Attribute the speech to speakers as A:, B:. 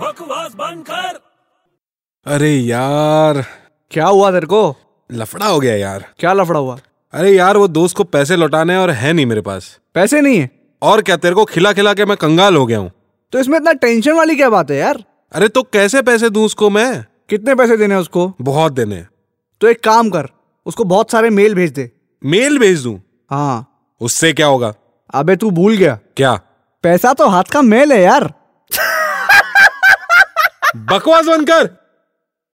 A: बकवास बंद कर
B: अरे यार
C: क्या हुआ तेरे को
B: लफड़ा हो गया यार
C: क्या लफड़ा हुआ
B: अरे यार वो दोस्त को पैसे लौटाने हैं और है नहीं मेरे पास
C: पैसे नहीं है
B: और क्या तेरे को खिला खिला के मैं कंगाल हो गया हूँ
C: तो इसमें इतना टेंशन वाली क्या बात है यार
B: अरे तो कैसे पैसे दूं उसको मैं
C: कितने पैसे देने हैं उसको
B: बहुत देने हैं।
C: तो एक काम कर उसको बहुत सारे मेल भेज दे
B: मेल भेज दूं
C: हाँ
B: उससे क्या होगा
C: अबे तू भूल गया
B: क्या
C: पैसा तो हाथ का मेल है यार
B: बकवास बनकर